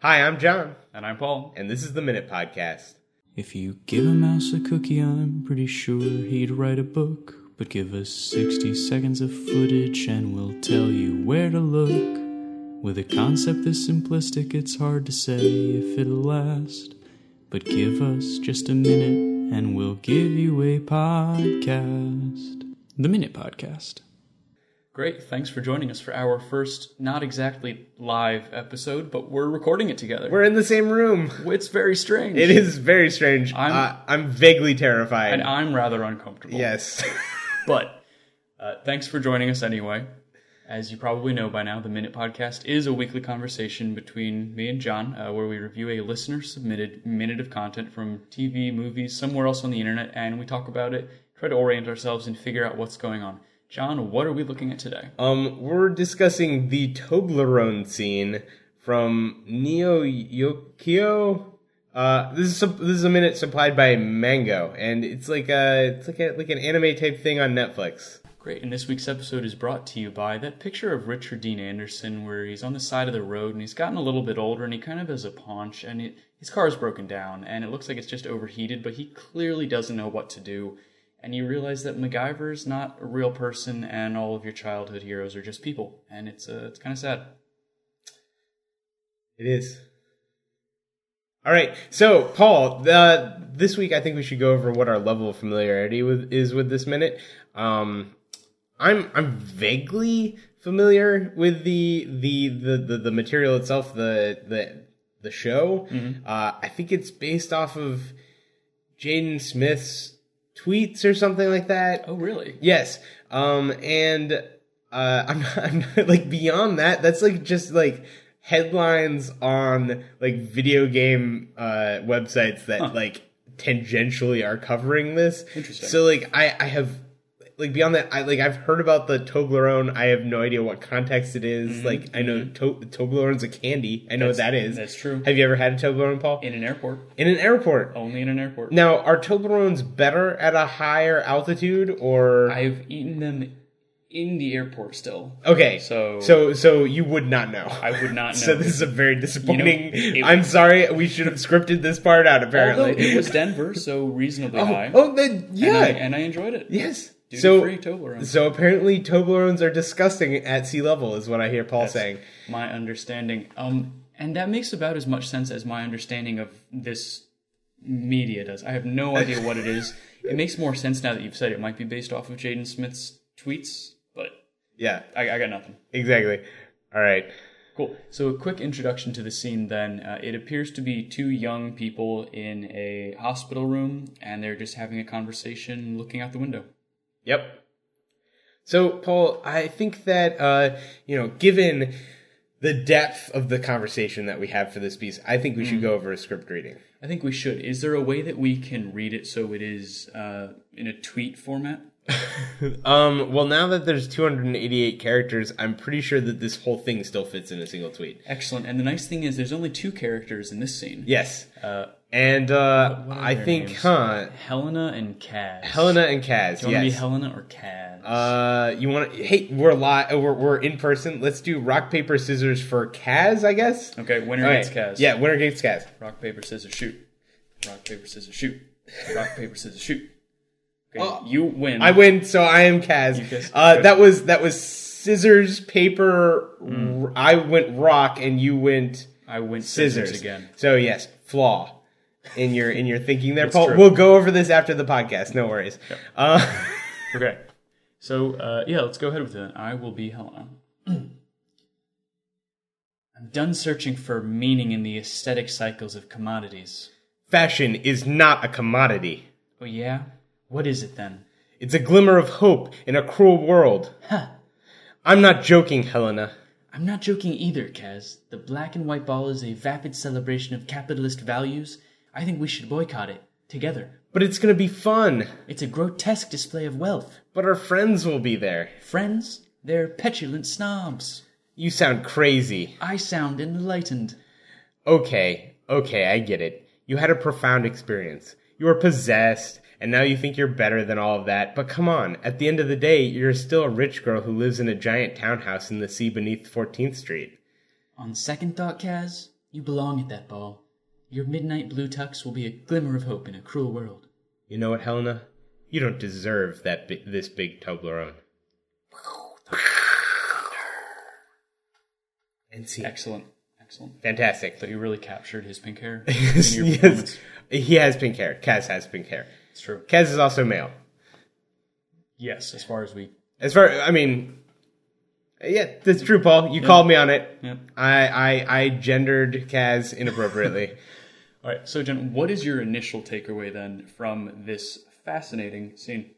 Hi, I'm John, And I'm Paul. and this is the Minute Podcast. If you give a mouse a cookie, I'm pretty sure he'd write a book. But give us 60 seconds of footage and we'll tell you where to look. With a concept this simplistic, it's hard to say if it'll last. But give us just a minute and we'll give you a podcast. The Minute Podcast. Great. Thanks for joining us for our first, not exactly live episode, but we're recording it together. We're in the same room. it's very strange. It is very strange. I'm, I'm- uh, I'm vaguely terrified. And I'm rather uncomfortable. yes. But uh, thanks for joining us anyway. As you probably know by now, the Minute Podcast is a weekly conversation between me and John uh, where we review a listener submitted minute of content from TV, movies, somewhere else on the internet, and we talk about it, try to orient ourselves, and figure out what's going on. John, what are we looking at today? um, we're discussing the Toblerone scene from Neo Yokio. Uh, this is sup- this is a minute supplied by Mango, and it's like a it's like a like an anime type thing on Netflix. Great, and this week's episode is brought to you by that picture of Richard Dean Anderson where he's on the side of the road and he's gotten a little bit older and he kind of has a paunch and it, his car's broken down and it looks like it's just overheated, but he clearly doesn't know what to do. And you realize that MacGyver's not a real person and all of your childhood heroes are just people, and it's uh, it's kind of sad. It is. All right. So, Paul, the, this week I think we should go over what our level of familiarity with is with this minute. Um, I'm I'm vaguely familiar with the the the the, the material itself, the the the show. Uh, I think it's based off of Jaden Smith's tweets or something like that. Oh, really? Yes. Um, and uh, I'm not, I'm not, like beyond that. That's like just like headlines on like video game uh, websites that like tangentially are covering this. Interesting. So like I I have like beyond that I like I've heard about the Toblerone. I have no idea what context it is. Like I know to- Toblerone's a candy. I know what that is. Mm-hmm. that's true. Have you ever had a Toblerone, Paul? In Oh. an airport, In an airport. only in an airport. Now, are Toblerones better at a higher altitude, or I've eaten them in the airport still. Okay. So- so so you would not know. I would not know. so this is a very disappointing. it- I'm sorry. We should have scripted this part out. Although Apparently. it was Denver, so reasonably high. oh, oh, the, yeah. and, I, and I enjoyed it. yes. Duty so free Toblerone. so apparently Toblerones are disgusting at sea level, is what I hear Paul saying. my understanding. Um, and that makes about as much sense as my understanding of this media does. I have no idea what it is. It makes more sense now that you've said it. it might be based off of Jaden Smith's tweets, but Yeah. I, I got nothing. Exactly. All right. Cool. So, a quick introduction to the scene then. Uh, it appears to be two young people in a hospital room, and they're just having a conversation looking out the window. Yep. So, Paul, I think that uh, you know, given the depth of the conversation that we have for this piece, I think we Hmm. should go over a script reading. I think we should. Is there a way that we can read it so it is uh, in a tweet format? Um, well, now that there's 288 characters, I'm pretty sure that this whole thing still fits in a single tweet. Excellent. And the nice thing is, there's only two characters in this scene. Yes. and uh, what are I their think, names? huh? Helena and Kaz. Helena and Kaz. Do you want to be yes. Helena or Kaz? uh, you want to? Hey, we're live. We're, we're in person. Let's do rock paper scissors for Kaz, I guess. okay, winner All right. gets Kaz. Yeah, winner gets Kaz. Rock paper scissors shoot. Rock paper scissors shoot. Rock paper scissors shoot. Okay, Oh. you win. I win, so I am guessed Kaz. it. Uh, Good. that was that was scissors, paper. Hmm. r- I went rock, and you went. I went scissors, scissors again. So yes, flaw in your in your thinking there, Paul. true. We'll go over this after the podcast. No worries. Uh, Okay. So uh, yeah, let's go ahead with it. I will be Helena. I'm done searching for meaning in the aesthetic cycles of commodities. fashion is not a commodity. Oh yeah, what is it then? It's a glimmer of hope in a cruel world. Huh. I'm not joking, Helena. I'm not joking either, Kaz. The black and white ball is a vapid celebration of capitalist values. I think we should boycott it together. But it's gonna be fun. It's a grotesque display of wealth. But our friends will be there. Friends, they're petulant snobs. You sound crazy. I sound enlightened. Okay, okay, I get it. You had a profound experience. You were possessed, and now you think you're better than all of that. But come on, at the end of the day, you're still a rich girl who lives in a giant townhouse in the sea beneath 14th Street. On second thought, Kaz, You belong at that ball. Your midnight blue tux will be a glimmer of hope in a cruel world. You know what, Helena? You don't deserve that bi- this big Toblerone. And see, Excellent. Excellent. fantastic. That you really captured his pink hair in your yes, performance. he has pink hair. Kaz has pink hair. It's true. Kaz is also male. Yes, as far as we. As far, I mean, yeah, that's true, Paul. You called me on it. Yep. I, I, I gendered Kaz inappropriately. All right. So, Jen, what is your initial takeaway then from this fascinating scene?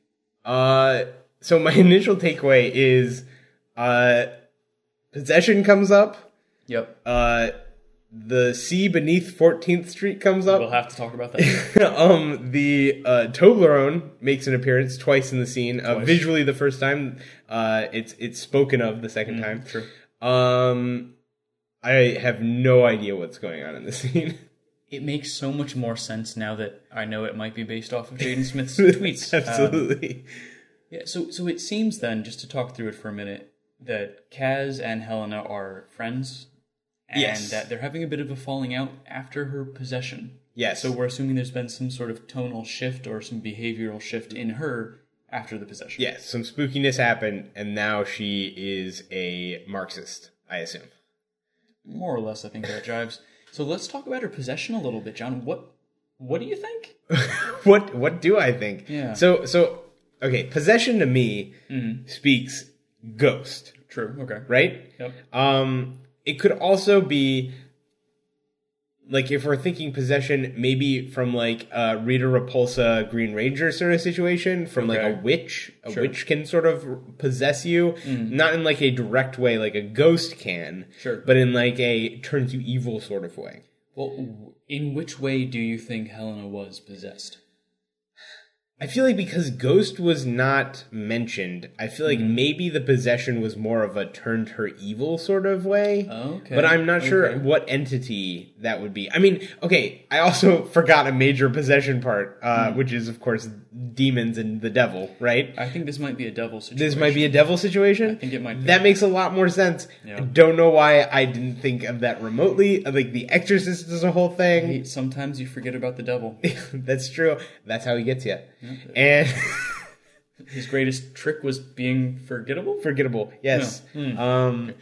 Uh, so my initial takeaway is, uh, possession comes up. Yep. Uh, the sea beneath 14th Street comes up. We'll have to talk about that. um, the uh, Toblerone makes an appearance twice in the scene. Uh, visually, the first time. Uh, it's it's spoken of the second time. Mm, true. Um, I have no idea what's going on in the scene. it makes so much more sense now that I know it might be based off of Jaden Smith's tweets. Um, Absolutely. Yeah, so so it seems then, just to talk through it for a minute, that Kaz and Helena are friends, and Yes. that they're having a bit of a falling out after her possession. yes. So we're assuming there's been some sort of tonal shift or some behavioral shift in her after the possession. yes. Some spookiness happened, and now she is a Marxist. I assume. More or less, I think that jives. So let's talk about her possession a little bit, John. What what do you think? what what do I think? Yeah. Mm-hmm. So so okay, possession to me speaks ghost, True. Okay. right? Yep. Um it could also be like if we're thinking possession maybe from like uh Rita Repulsa Green Ranger sort of situation from like Okay. a witch a Sure. Mm. witch can sort of possess you not in like a direct way like a ghost can Sure. but in like a turns you evil sort of way Well, w- in which way do you think Helena was possessed? I feel like because Ghost was not mentioned, I feel like Mm. maybe the possession was more of a turned her evil sort of way. Okay. But I'm not sure Okay. what entity that would be. I mean, okay, I also forgot a major possession part, uh, which is, of course, demons and the devil, right? Mm. I think this might be a devil situation. This might be a devil situation. I think it might be. That makes a lot more sense. Yeah. I don't know why I didn't think of that remotely. Like, The Exorcist is a whole thing. Hey, Sometimes you forget about the devil. That's true. That's how he gets you. And. His greatest trick was being forgettable. forgettable. Yes. Hmm. Um,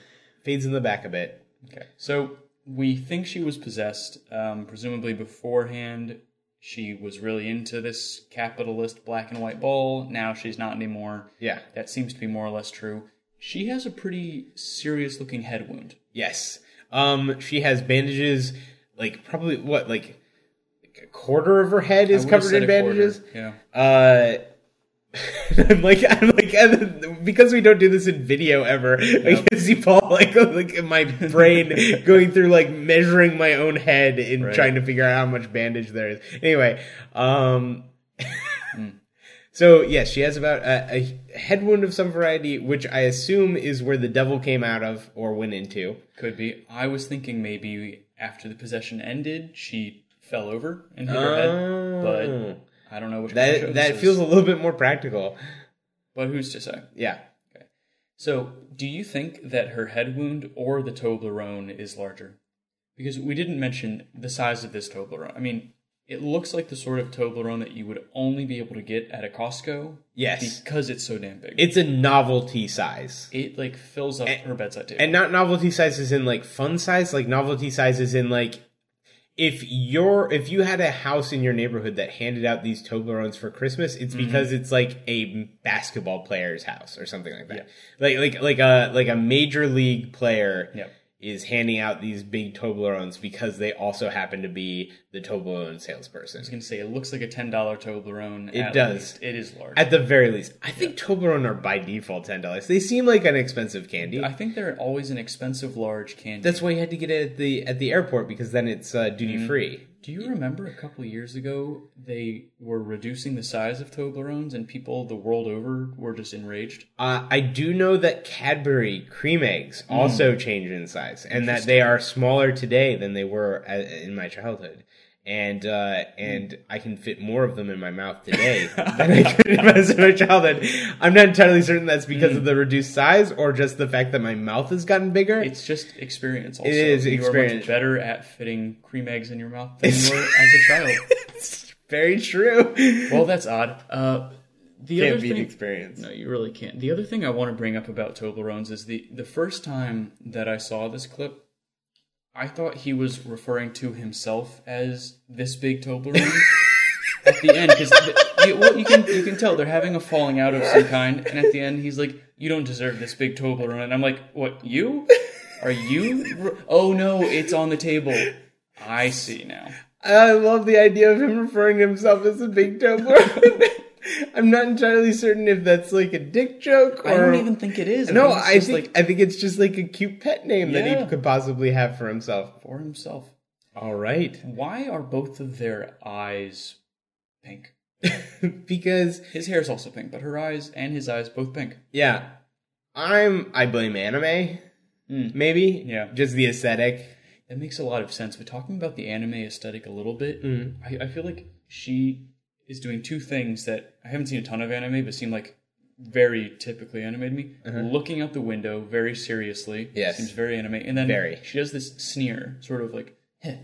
fades in the back a bit. Okay. So we think she was possessed. Um, presumably beforehand, she was really into this capitalist black and white ball. Now she's not anymore. Yeah. That seems to be more or less true. She has a pretty serious looking head wound. Yes. Um, she has bandages, like probably what, like, like a quarter of her head is I would've covered said in a quarter. bandages. Yeah. Uh. I'm like I'm like because we don't do this in video ever. I can see Paul like like in my brain going through like measuring my own head and trying to figure out how much bandage there is. Anyway, um, Hmm. So yes, she has about a, a head wound of some variety, which I assume is where the devil came out of or went into. Could be. I was thinking maybe after the possession ended, she fell over and hit her head. Oh. But I don't know which kind of show That that this is. feels a little bit more practical. But who's to say? Yeah. So, do you think that her head wound or the Toblerone is larger? Because we didn't mention the size of this Toblerone. I mean, it looks like the sort of Toblerone that you would only be able to get at a Costco Yes. because it's so damn big. It's a novelty size. it like fills up her bedside table. And not novelty size is in like fun size, like novelty size is in like if your if you had a house in your neighborhood that handed out these Toblerones for Christmas, it's because it's like a basketball player's house or something like that. Like like like a like a major league player Yep. is handing out these big Toblerones because they also happen to be the Toblerone salesperson. I was gonna say it looks like a ten dollar Toblerone. It at does. least. It is large. At the very least, I think Toblerone are by default ten dollars. They seem like an expensive candy. I think they're always an expensive large candy. That's why you had to get it at the at the airport because then it's uh, duty free. Do you remember a couple years ago they were reducing the size of Toblerones and people the world over were just enraged? Uh, I do know that Cadbury cream eggs also change in size, and that they are smaller today than they were a in my childhood. and uh, and I can fit more of them in my mouth today than I could when I was in my childhood. I'm not entirely certain that's because of the reduced size or just the fact that my mouth has gotten bigger. It's just experience. Also. is you Are experience. much better at fitting cream eggs in your mouth than you were as a child. It's very true. Well, that's odd. Uh, the Can't other beat thing, experience. No, you really can't. The other thing I want to bring up about Toblerones is the the first time that I saw this clip, I thought he was referring to himself as this big Toblerone. at the end, because you, well, you can you can tell they're having a falling out of some kind, and at the end he's like, "You don't deserve this big Toblerone," and I'm like, "What you? Are you? r- Oh no, it's on the table." I see now. I love the idea of him referring to himself as a big Toblerone. I'm not entirely certain if that's like a dick joke or I don't even think it is. no, think it's I just, think I think it's just like a cute pet name that Yeah. he could possibly have for himself. for himself. All right, Why are both of their eyes pink? because His hair is also pink, but her eyes and his eyes both pink. yeah, I'm I blame anime, Mm. maybe Yeah. just the aesthetic. That makes a lot of sense. But talking about the anime aesthetic a little bit, Mm-hmm. I, I feel like she is doing two things that I haven't seen a ton of anime, but seem like very typically anime to me. Looking out the window very seriously. Uh-huh. Yes. Seems very anime. And then Very. she does this sneer, sort of like, heh.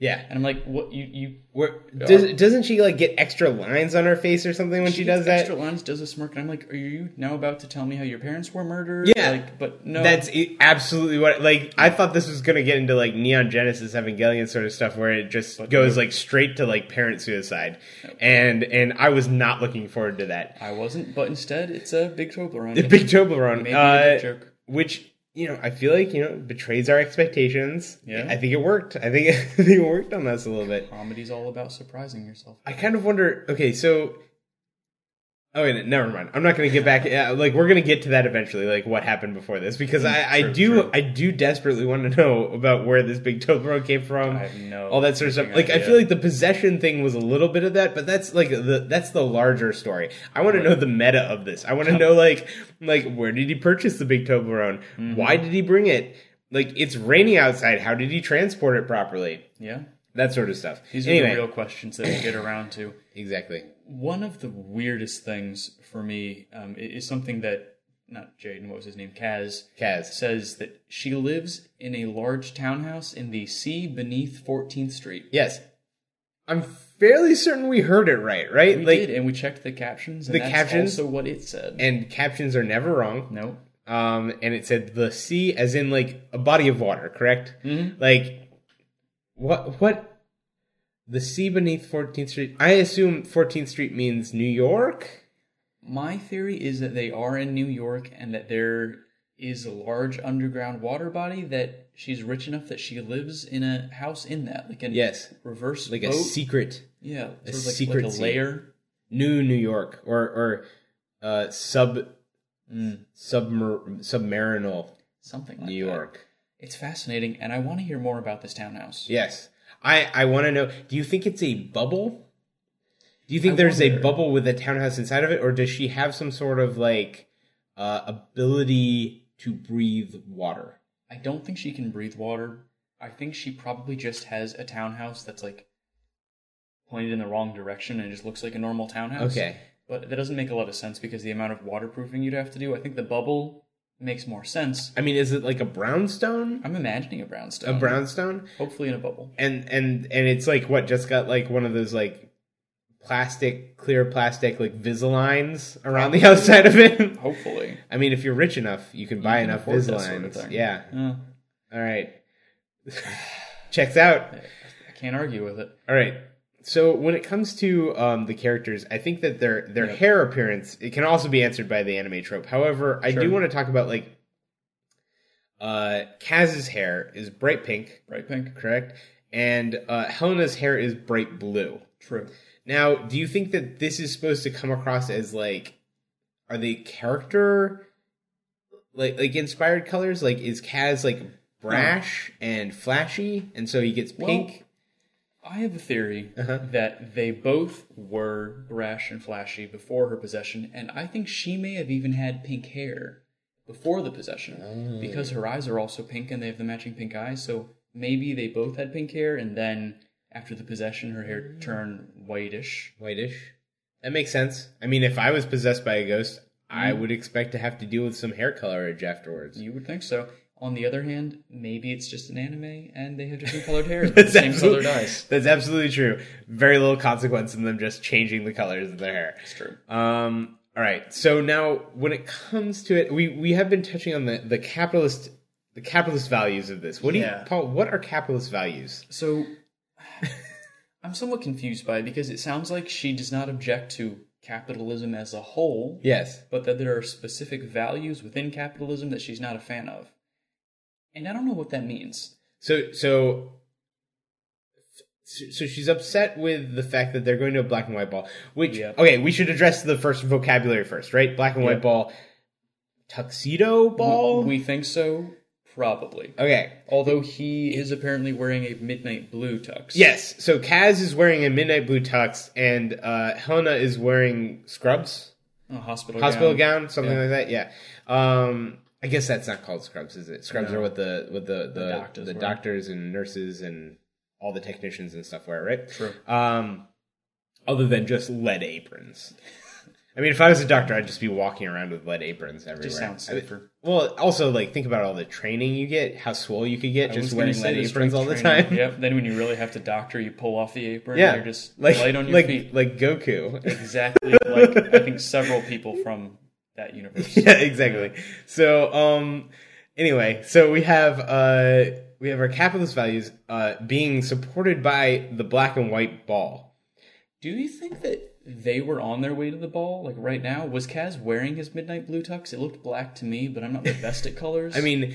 Yeah, And I'm like, what? You, you Where, does, doesn't she like get extra lines on her face or something when she, gets does that? Extra lines does a smirk, and I'm like, "Are you now about to tell me how your parents were murdered?" Yeah. like, but no, That's i- absolutely what. Like, I thought this was gonna get into like Neon Genesis Evangelion sort of stuff, where it just goes like straight to like parent suicide, and and I was not looking forward to that. I wasn't. But instead, it's a big Toblerone. The big Toblerone, Maybe a uh, joke. which you know, I feel like you know betrays our expectations. Yeah. I think it worked. I think, I think it worked on us a little bit. Comedy's all about surprising yourself. I kind of wonder. Okay, so. Oh, wait, never mind. I'm not going to get back. Yeah, like we're going to get to that eventually. Like what happened before this, because I, I Mm, true, do, true. I do desperately want to know about where this big Toblerone came from. I have no all that sort of stuff. freaking Like I idea. feel like the possession thing was a little bit of that, but that's like the that's the larger story. I want to know the meta of this. I want to know like like where did he purchase the big Toblerone? Mm-hmm. Why did he bring it? Like it's raining outside. How did he transport it properly? Yeah, That sort of stuff. these are anyway, the real questions that we get around to. exactly. One of the weirdest things for me um, i- is something that not Jaden, what was his name, Kaz, Kaz. says that she lives in a large townhouse in the sea beneath 14th Street. Yes. I'm fairly certain we heard it right, right? We like did, and we checked the captions. And The that's captions? also what it said. and captions are never wrong. no, Um and it said the sea as in like a body of water, correct? Mm-hmm. Like what what the sea beneath 14th Street. I assume 14th Street means New York. My theory is that they are in New York and that there is a large underground water body that she's rich enough that she lives in a house in that, like a Yes. reverse Like boat. a secret yeah, sort of like, secret like a sea. layer. new New York or or uh sub Mm. submer, submarinal Something like New that. York. It's fascinating, and I want to hear more about this townhouse. Yes. I, I want to know do you think it's a bubble? Do you think I there's a wonder. bubble with a townhouse inside of it, or does she have some sort of like uh, ability to breathe water? I don't think she can breathe water. I think she probably just has a townhouse that's like pointed in the wrong direction and it just looks like a normal townhouse. Okay. But that doesn't make a lot of sense because the amount of waterproofing you'd have to do, I think the bubble makes more sense. I mean, is it like a brownstone? I'm imagining a brownstone. A brownstone? Hopefully in a bubble. And and and it's like what just got like one of those like plastic clear plastic like Visalines around the outside of it. Hopefully. I mean, if you're rich enough, you can buy can enough afford that sort Visalines. of thing. yeah. Uh, All right. Checks out. I can't argue with it. All right. So when it comes to um, the characters, I think that their their hair appearance it can also be answered by the anime trope. However, I do Sure. want to talk about like uh, Kaz's hair is bright pink, Bright pink. correct? And uh, Helena's hair is bright blue. True. Now, do you think that this is supposed to come across as like are they character like like inspired colors? Like is Kaz like brash and flashy and so he gets Well, pink? I have a theory that they both were brash and flashy before her possession, and I think she may have even had pink hair before the possession because her eyes are also pink and they have the matching pink eyes. So maybe they both had pink hair, and then After the possession, her hair turned whitish. Whitish. That makes sense. I mean, if I was possessed by a ghost, I would expect to have to deal with some hair colorage afterwards. Mm. You would think so. On the other hand, maybe it's just an anime and they have different colored hair, but the same absolute- colored eyes. That's absolutely true. Very little consequence in them just changing the colors of their hair. It's true. Um, all right. So now, when it comes to it, we we have been touching on the the capitalist the capitalist values of this. What do Yeah. you, Paul? What are capitalist values? So I'm somewhat confused by it because it sounds like she does not object to capitalism as a whole, Yes. but that there are specific values within capitalism that she's not a fan of. And I don't know what that means. So so. So she's upset with the fact that they're going to a black and white ball. Which Yep. okay, we should address the first vocabulary first, right? Black and Yep. white ball, tuxedo ball. We think so, probably. okay, Although he is apparently wearing a midnight blue tux. Yes. So Kaz is wearing a midnight blue tux, and uh, Helena is wearing scrubs, A hospital hospital gown. gown, something Yeah. like that. Yeah. Um, I guess that's not called scrubs, is it? Scrubs No. are what the what the the, the, doctors doctors, wear. and nurses and all the technicians and stuff wear, right? True. Um, other than just lead aprons. I mean, if I was a doctor, I'd just be walking around with lead aprons everywhere. Just sounds I mean- safer. well, also like think about all the training you get, how swole you could get I was just gonna wearing say lead the aprons strength all the training. time. Yep. Then when you really have to doctor, you pull off the apron. Yeah, And you're just like light on your like, feet. like Goku. Exactly. like I think several people from that universe. yeah, exactly. So, um, anyway, so we have uh, we have our capitalist values uh, being supported by the black and white ball. Do you think that they were on their way to the ball? Like right now, was Kaz wearing his midnight blue tux? It looked black to me, but I'm not the best at colors. I mean,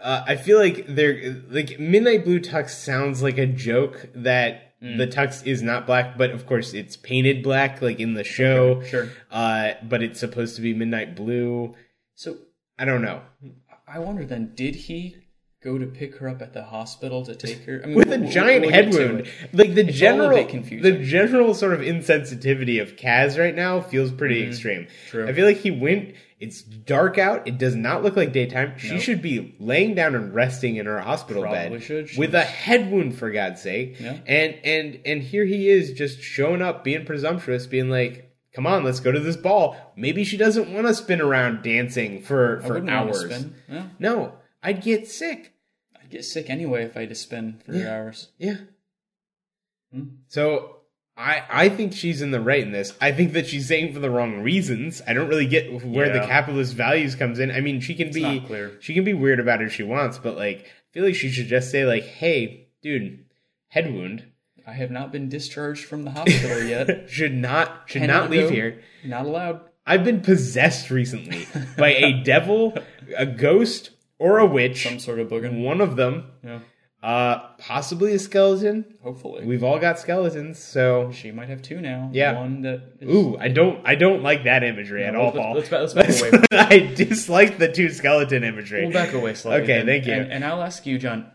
uh, I feel like they're like midnight blue tux sounds like a joke that the tux is not black, but of course it's painted black, like in the show. sure. Uh, but it's supposed to be midnight blue. So I don't know. I wonder then, did he go to pick her up at the hospital to take her? I mean, with a we'll- we'll- giant we'll get head to wound. it. Like the all a bit general, the confusing. general sort of insensitivity of Kaz right now feels pretty extreme. Mm-hmm. True. I feel like he went. It's dark out. It does not look like daytime. She Nope. should be laying down and resting in her hospital Probably bed should. She with a was- head wound, for God's sake. Yeah. And and and here he is, just showing up, being presumptuous, being like. Come on, let's go to this ball. Maybe she doesn't want to spin around dancing for, I for wouldn't wanna hours. Spin. Yeah. No, I'd get sick. I'd get sick anyway if I had to spend three Yeah. hours. Yeah. Hmm. So I I think she's in the right in this. I think that she's saying for the wrong reasons. I don't really get where Yeah. the capitalist values comes in. I mean, she can be not clear. she can be weird about it if she wants, but like I feel like she should just say like, "Hey, dude, head wound I have not been discharged from the hospital yet. should not should Cannot not leave go. here. Not allowed. I've been possessed recently by a devil, a ghost, or a witch. Some sort of boogin. One of them, Yeah. uh, possibly a skeleton. Hopefully. We've all got skeletons, so she might have two now. Yeah. One that is Ooh, I don't, I don't like that imagery at all, let's- Paul. let's back- let's back away from I dislike the two skeleton imagery. We'll back away slightly. Okay, then. thank you. And, and I'll ask you, John.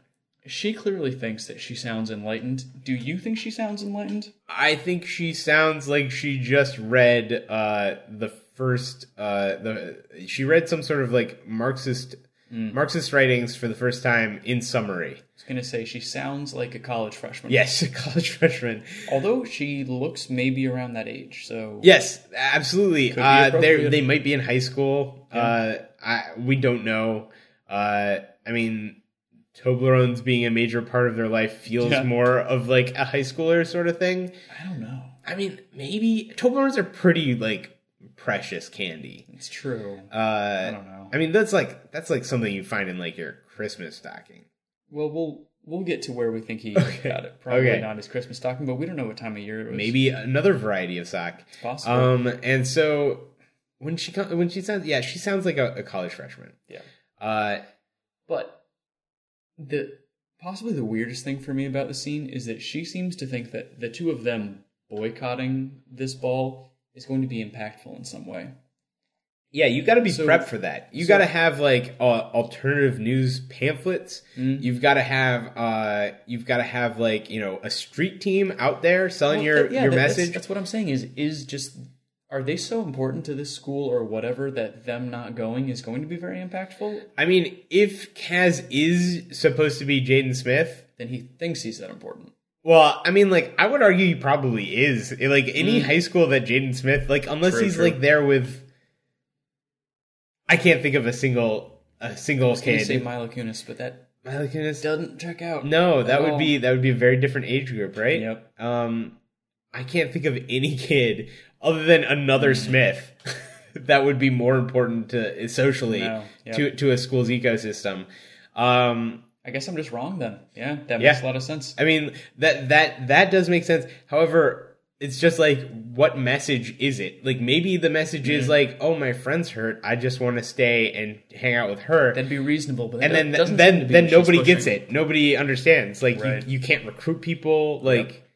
She clearly thinks that she sounds enlightened. Do you think she sounds enlightened? I think she sounds like she just read uh, the first. Uh, the she read some sort of like Marxist Marxist writings for the first time in summary. I was gonna say she sounds like a college freshman. Yes, a college freshman. Although she looks maybe around that age, so Yes, absolutely. be Uh, they appropriate. they might be in high school. Uh, I we don't know. Uh, I mean, Toblerones being a major part of their life feels Yeah. more of like a high schooler sort of thing. I don't know. I mean, maybe Toblerones are pretty like precious candy. It's true. Uh, I don't know. I mean, that's like that's like something you find in like your Christmas stocking. Well, we'll we'll get to where we think he got it. Probably Okay. not his Christmas stocking, but we don't know what time of year it was. Maybe another variety of sock. it's possible. Um, and so when she co- when she sounds yeah, she sounds like a, a college freshman. yeah, Uh, but the possibly the weirdest thing for me about the scene is that she seems to think that the two of them boycotting this ball is going to be impactful in some way. Yeah, you got to be So- prepped for that. You so- got to have like uh, alternative news pamphlets. Mm. You've got to have uh, you've got to have like you know a street team out there selling your Well, yeah, your that- that's- message. That's, what I'm saying. Is is just are they so important to this school or whatever that them not going is going to be very impactful? I mean, if Kaz is supposed to be Jaden Smith, Then he thinks he's that important. Well, I mean, like, I would argue he probably is. Like, any high school that Jaden Smith, like, unless Mm-hmm. True, he's true. like there with, I can't think of a single a single I was gonna kid. say Milo Kunis, but that My goodness. doesn't check out. No, that at would all. be that would be a very different age group, right? Yep. Um, I can't think of any kid other than another Mm-hmm. Smith that would be more important to uh, socially No, yep. to to a school's ecosystem. Um, I guess I'm just wrong then. Yeah, that Yeah. makes a lot of sense. I mean that that that does make sense. However, it's just like what message is it? Like maybe the message is Mm-hmm. like, oh, my friend's hurt. I just want to stay and hang out with her. That'd be reasonable, but and that then doesn't seem to then be then what she's nobody gets pushing. it. Nobody understands. Like Right. you, you can't recruit people. Like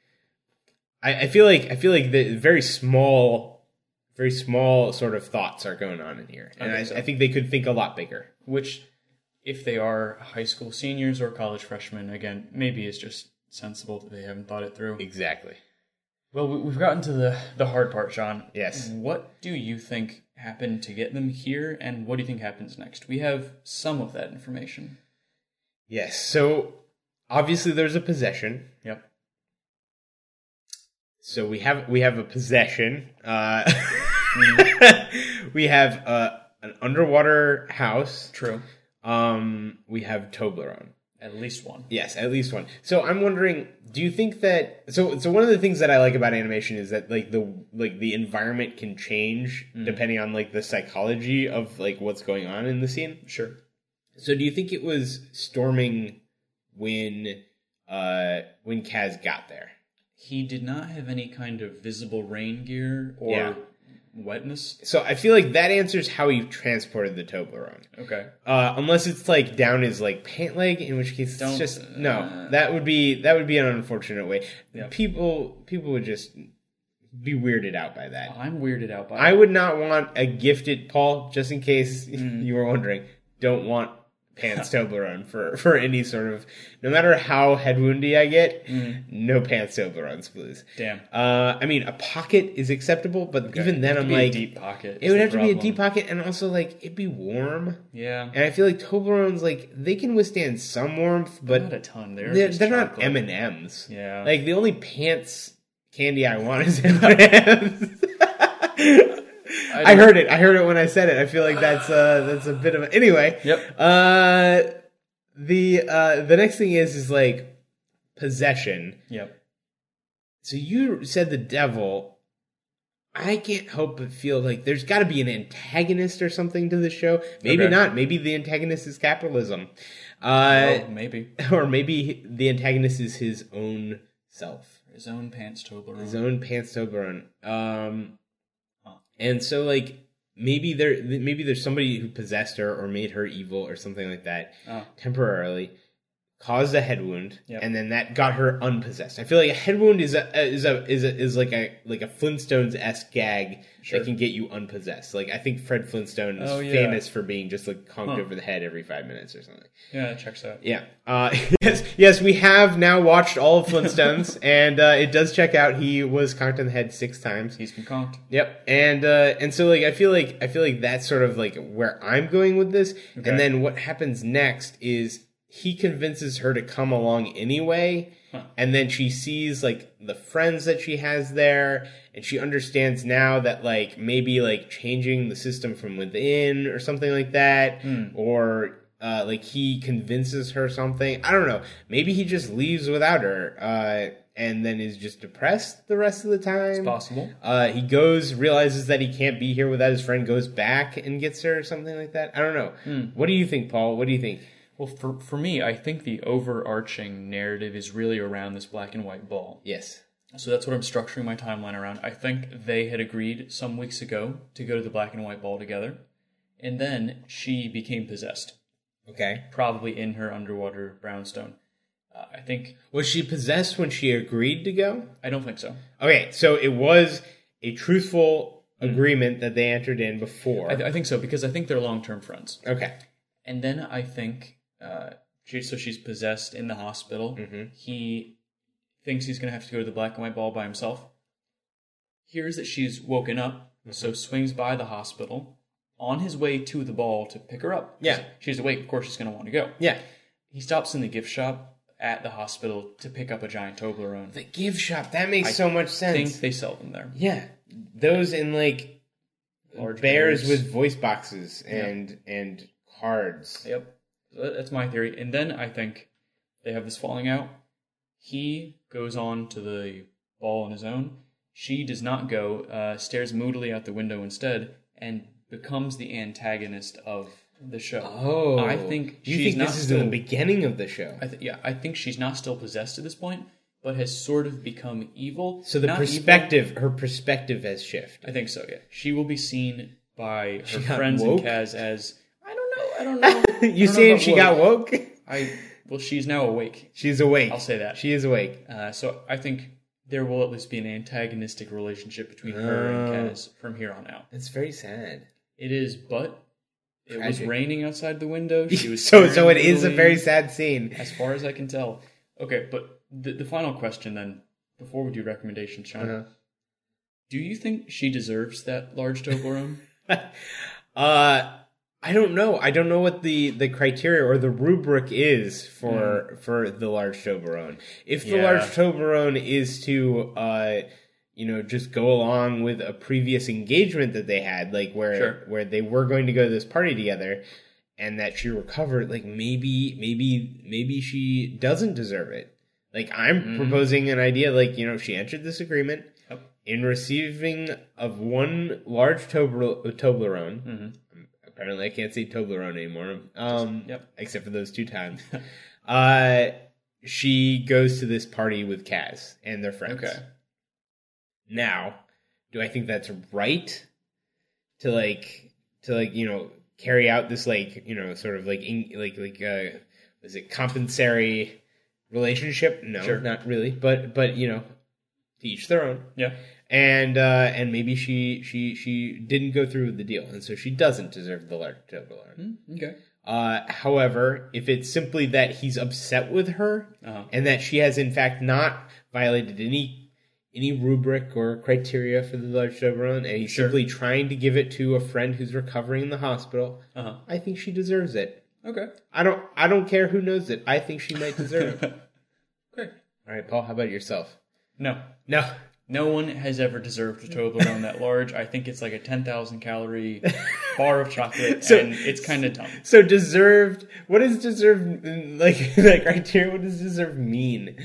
I, I feel like I feel like the very small, very small sort of thoughts are going on in here, and think I, so. I think they could think a lot bigger. Which, if they are high school seniors or college freshmen, again, maybe it's just sensible that they haven't thought it through. Exactly. Well, we- we've gotten to the the hard part, Sean. Yes. What do you think happened to get them here, and what do you think happens next? We have some of that information. Yes. So obviously, there's a possession. Yep. So we have we have a possession. Uh, we have uh, an underwater house. True. Um, we have Toblerone. At least one. Yes, at least one. So I'm wondering, do you think that so so one of the things that I like about animation is that like the like the environment can change depending on like the psychology of like what's going on in the scene. Sure. So do you think it was storming when uh when Kaz got there? He did not have any kind of visible rain gear or Yeah. wetness. So I feel like that answers how he transported the Toblerone. Okay. Uh, unless it's like down his like pant leg, in which case Don't- uh, it's just no. That would be that would be an unfortunate way. Yeah. People people would just be weirded out by that. I'm weirded out by. I would not want a gifted Paul. Just in case Mm-hmm. you were wondering, don't want pants Toblerone for for any sort of. No matter how head woundy I get, no pants Toblerones, please. Mm-hmm. Damn. Uh, I mean, a pocket is acceptable, but even then, I'm It'd be like, a deep pocket. it is would the have to be a problem. deep pocket, and also like it'd be warm. Yeah. And I feel like Toblerones, like they can withstand some warmth, not but a ton. They're they're, just they're not chocolate. M and M's. Yeah. Like the only pants candy I want is M and M's. I heard it. I heard it when I said it. I feel like that's uh that's a bit of a, anyway. Yep. Uh, the uh the next thing is is like possession. Yep. So you said the devil. I can't help but feel like there's got to be an antagonist or something to the show. Maybe Okay. not. Maybe the antagonist is capitalism, uh, oh, maybe or maybe the antagonist is his own self, his own pants Toblerone. his own pants Toblerone. Um, Huh. and so like maybe there maybe there's somebody who possessed her or made her evil or something like that Oh, temporarily caused a head wound Yep. and then that got her unpossessed i feel like a head wound is a is a is, a, is like a like a flintstones esque gag Sure. that can get you unpossessed like i think fred flintstone is Oh, yeah. famous for being just like conked Huh. over the head every five minutes or something yeah, that checks out. yeah uh yes yes we have now watched all of flintstones and uh it does check out he was conked on the head six times He's been conked. Yep. And uh and so like I feel like I feel like that's sort of like where I'm going with this. Okay. And then what happens next is he convinces her to come along anyway. Huh. And then she sees like the friends that she has there and she understands now that like maybe like changing the system from within or something like that Hmm. or uh, like he convinces her something. I don't know. Maybe he just leaves without her, uh, and then is just depressed the rest of the time. Possible. Uh, he goes, realizes that he can't be here without his friend, goes back and gets her or something like that. I don't know. Hmm. What do you think, Paul? What do you think? Well, for for me, I think the overarching narrative is really around this black and white ball. Yes. So that's what I'm structuring my timeline around. I think they had agreed some weeks ago to go to the black and white ball together, and then she became possessed, Okay. probably in her underwater brownstone. Uh, I think Was she possessed when she agreed to go? I don't think so. Okay, so it was a truthful agreement that they entered in before. Hmm. I, th- I think so because I think they're long term friends. okay. And then I think uh, she, so she's possessed in the hospital. Mm-hmm. He thinks he's going to have to go to the black and white ball by himself. Hears that she's woken up, Mm-hmm. so swings by the hospital on his way to the ball to pick her up. Yeah. She's awake, of course she's going to want to go. Yeah. He stops in the gift shop, at the hospital to pick up a giant Toblerone. The gift shop. That makes so much I sense. think they sell them there. yeah, those in like Large bears, bears. with voice boxes and and cards. Yep. That- That's my theory. And then I think they have this falling out. He goes on to the ball on his own. She does not go, uh, stares moodily out the window instead, and becomes the antagonist of the show. Oh, I think you she's think not this is still, in the beginning of the show. I th- yeah, I think she's not still possessed at this point, but has sort of become evil. So the Not evil- perspective, her perspective has shifted. I think so. Yeah, she will be seen by her got friends woke? and Kaz as I don't know. I don't know. you I don't saying know she about got woke? I well, she's now awake, She's awake. I'll say that. she is awake. uh, so I think there will at least be an antagonistic relationship between her Oh. and Kaz from here on out. It's very sad. It is, but it was Tragic. raining outside the window. She was so so it is a staring very moodily, sad scene. as far as I can tell. Okay, but the, the final question then, before we do recommendations, Sean, Uh-huh. do you think she deserves that large Toblerone? Uh, I don't know. I don't know what the the criteria or the rubric is for for the large Toblerone. If the Hmm. Yeah. large Toblerone is to uh, you know, just go along with a previous engagement that they had, like where Sure. where they were going to go to this party together, and that she recovered. Like maybe maybe maybe she doesn't deserve it. Like I'm proposing an idea. Like you know, she entered this agreement. Mm-hmm. Yep. In receiving of one large Tobler- Toblerone, Mm-hmm. apparently I can't say Toblerone anymore. Um, yep. Except for those two times. uh, she goes to this party with Kaz and their friends. Okay. Now, do I think that's right to like to like you know carry out this like you know sort of like in, like like uh is it compensatory relationship? No, Sure. not really. But but you know, to each their own Yeah. and uh, and maybe she she she didn't go through with the deal, and so she doesn't deserve the large Toblerone. Okay. Uh, however, if it's simply that he's upset with her Uh-huh. and that she has in fact not violated any any rubric or criteria for the large Toblerone, and he's simply trying to give it to a friend who's recovering in the hospital, Uh-huh. I think she deserves it. Okay. I don't I don't care who knows it. I think she might deserve it. Okay. All right, Paul, how about yourself? No. No. No one has ever deserved a Toblerone that large. I think it's like a 10,000 calorie bar of chocolate, So- and it's kind of dumb. So deserved. What does deserved like that criteria? What does deserve mean?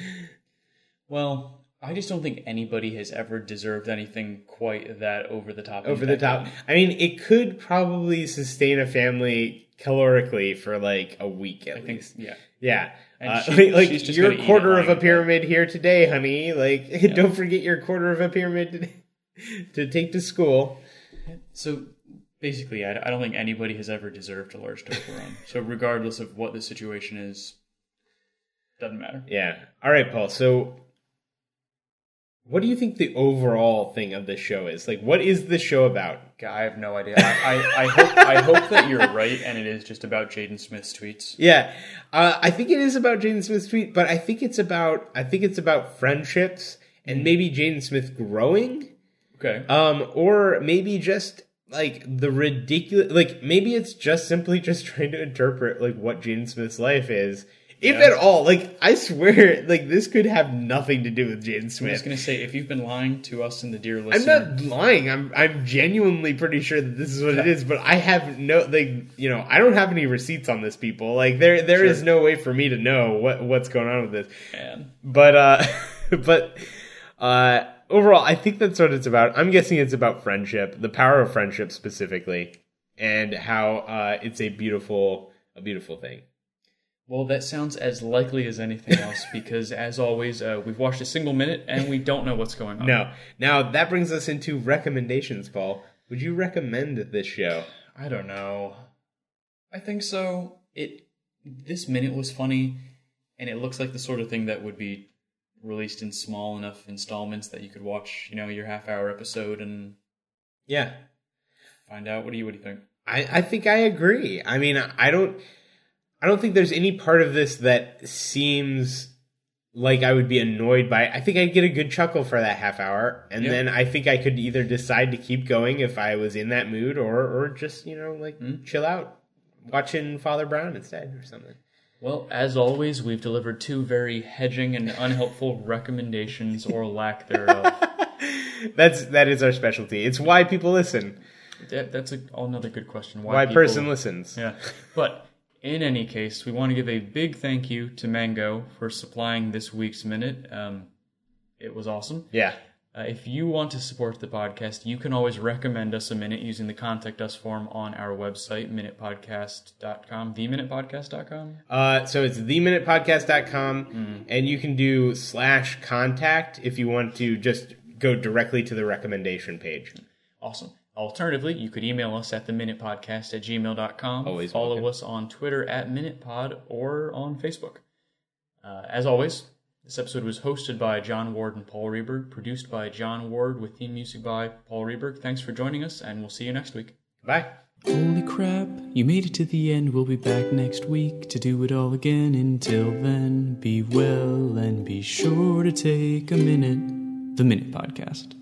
Well, I just don't think anybody has ever deserved anything quite that over the top. Over the top. I mean, it could probably sustain a family calorically for like a week at I think, least. yeah. Yeah. And Uh, she- like she's just your gonna eat quarter it of a like- pyramid here today, honey. Like, don't forget your quarter of a pyramid today to take to school. So basically, I, I don't think anybody has ever deserved a large Toblerone. so regardless of what the situation is, doesn't matter. Yeah. All right, Paul. So, what do you think the overall thing of this show is? Like, what is the show about? God, I have no idea. I, I, I, hope, I hope that you're right and it is just about Jaden Smith's tweets. Yeah, uh, I think it is about Jaden Smith's tweet, but I think it's about I think it's about friendships and maybe Jaden Smith growing, Okay. um, or maybe just like the ridiculous, like maybe it's just simply just trying to interpret like what Jaden Smith's life is, if Yeah. at all. Like I swear, like this could have nothing to do with Jaden I was Smith. gonna say if you've been lying to us and the dear I'm listener, not lying. I'm I'm genuinely pretty sure that this is what it is, but I have no like you know, I don't have any receipts on this people. Like there there is Sure. no way for me to know what what's going on with this. man. But uh but uh overall I think that's what it's about. I'm guessing it's about friendship, the power of friendship specifically, and how uh it's a beautiful a beautiful thing. Well, that sounds as likely as anything else because, as always, uh, we've watched a single minute and we don't know what's going on. No. Now that brings us into recommendations, Paul. Would you recommend this show? I don't know. I think so. It this minute was funny, and it looks like the sort of thing that would be released in small enough installments that you could watch, you know, your half-hour episode and Yeah. find out. What do you What do you think? I, I think I agree. I mean, I don't, I don't think there's any part of this that seems like I would be annoyed by. it. I think I'd get a good chuckle for that half hour, and Yeah. then I think I could either decide to keep going if I was in that Hmm. mood, or or just you know like chill out, watching Father Brown instead or something. Well, as always, we've delivered two very hedging and unhelpful recommendations or lack thereof. That's that is our specialty. It's why people listen. That, that's a, another good question. Why, people- person listens. Yeah. But in any case, we want to give a big thank you to Mango for supplying this week's minute. Um, it was awesome. Yeah. Uh, if you want to support the podcast, you can always recommend us a minute using the contact us form on our website, minutepodcast.com, theminutepodcast.com. Uh, so it's theminutepodcast.com, and you can do slash contact if you want to just go directly to the recommendation page. Awesome. Alternatively, you could email us at theminutepodcast at gmail.com. Always Follow welcome. us on Twitter at MinutePod or on Facebook. Uh, as always, this episode was hosted by John Ward and Paul Reberg, produced by John Ward with theme music by Paul Reberg. Thanks for joining us, and we'll see you next week. Bye. Holy crap, you made it to the end. We'll be back next week to do it all again. Until then, be well and be sure to take a minute. The Minute Podcast.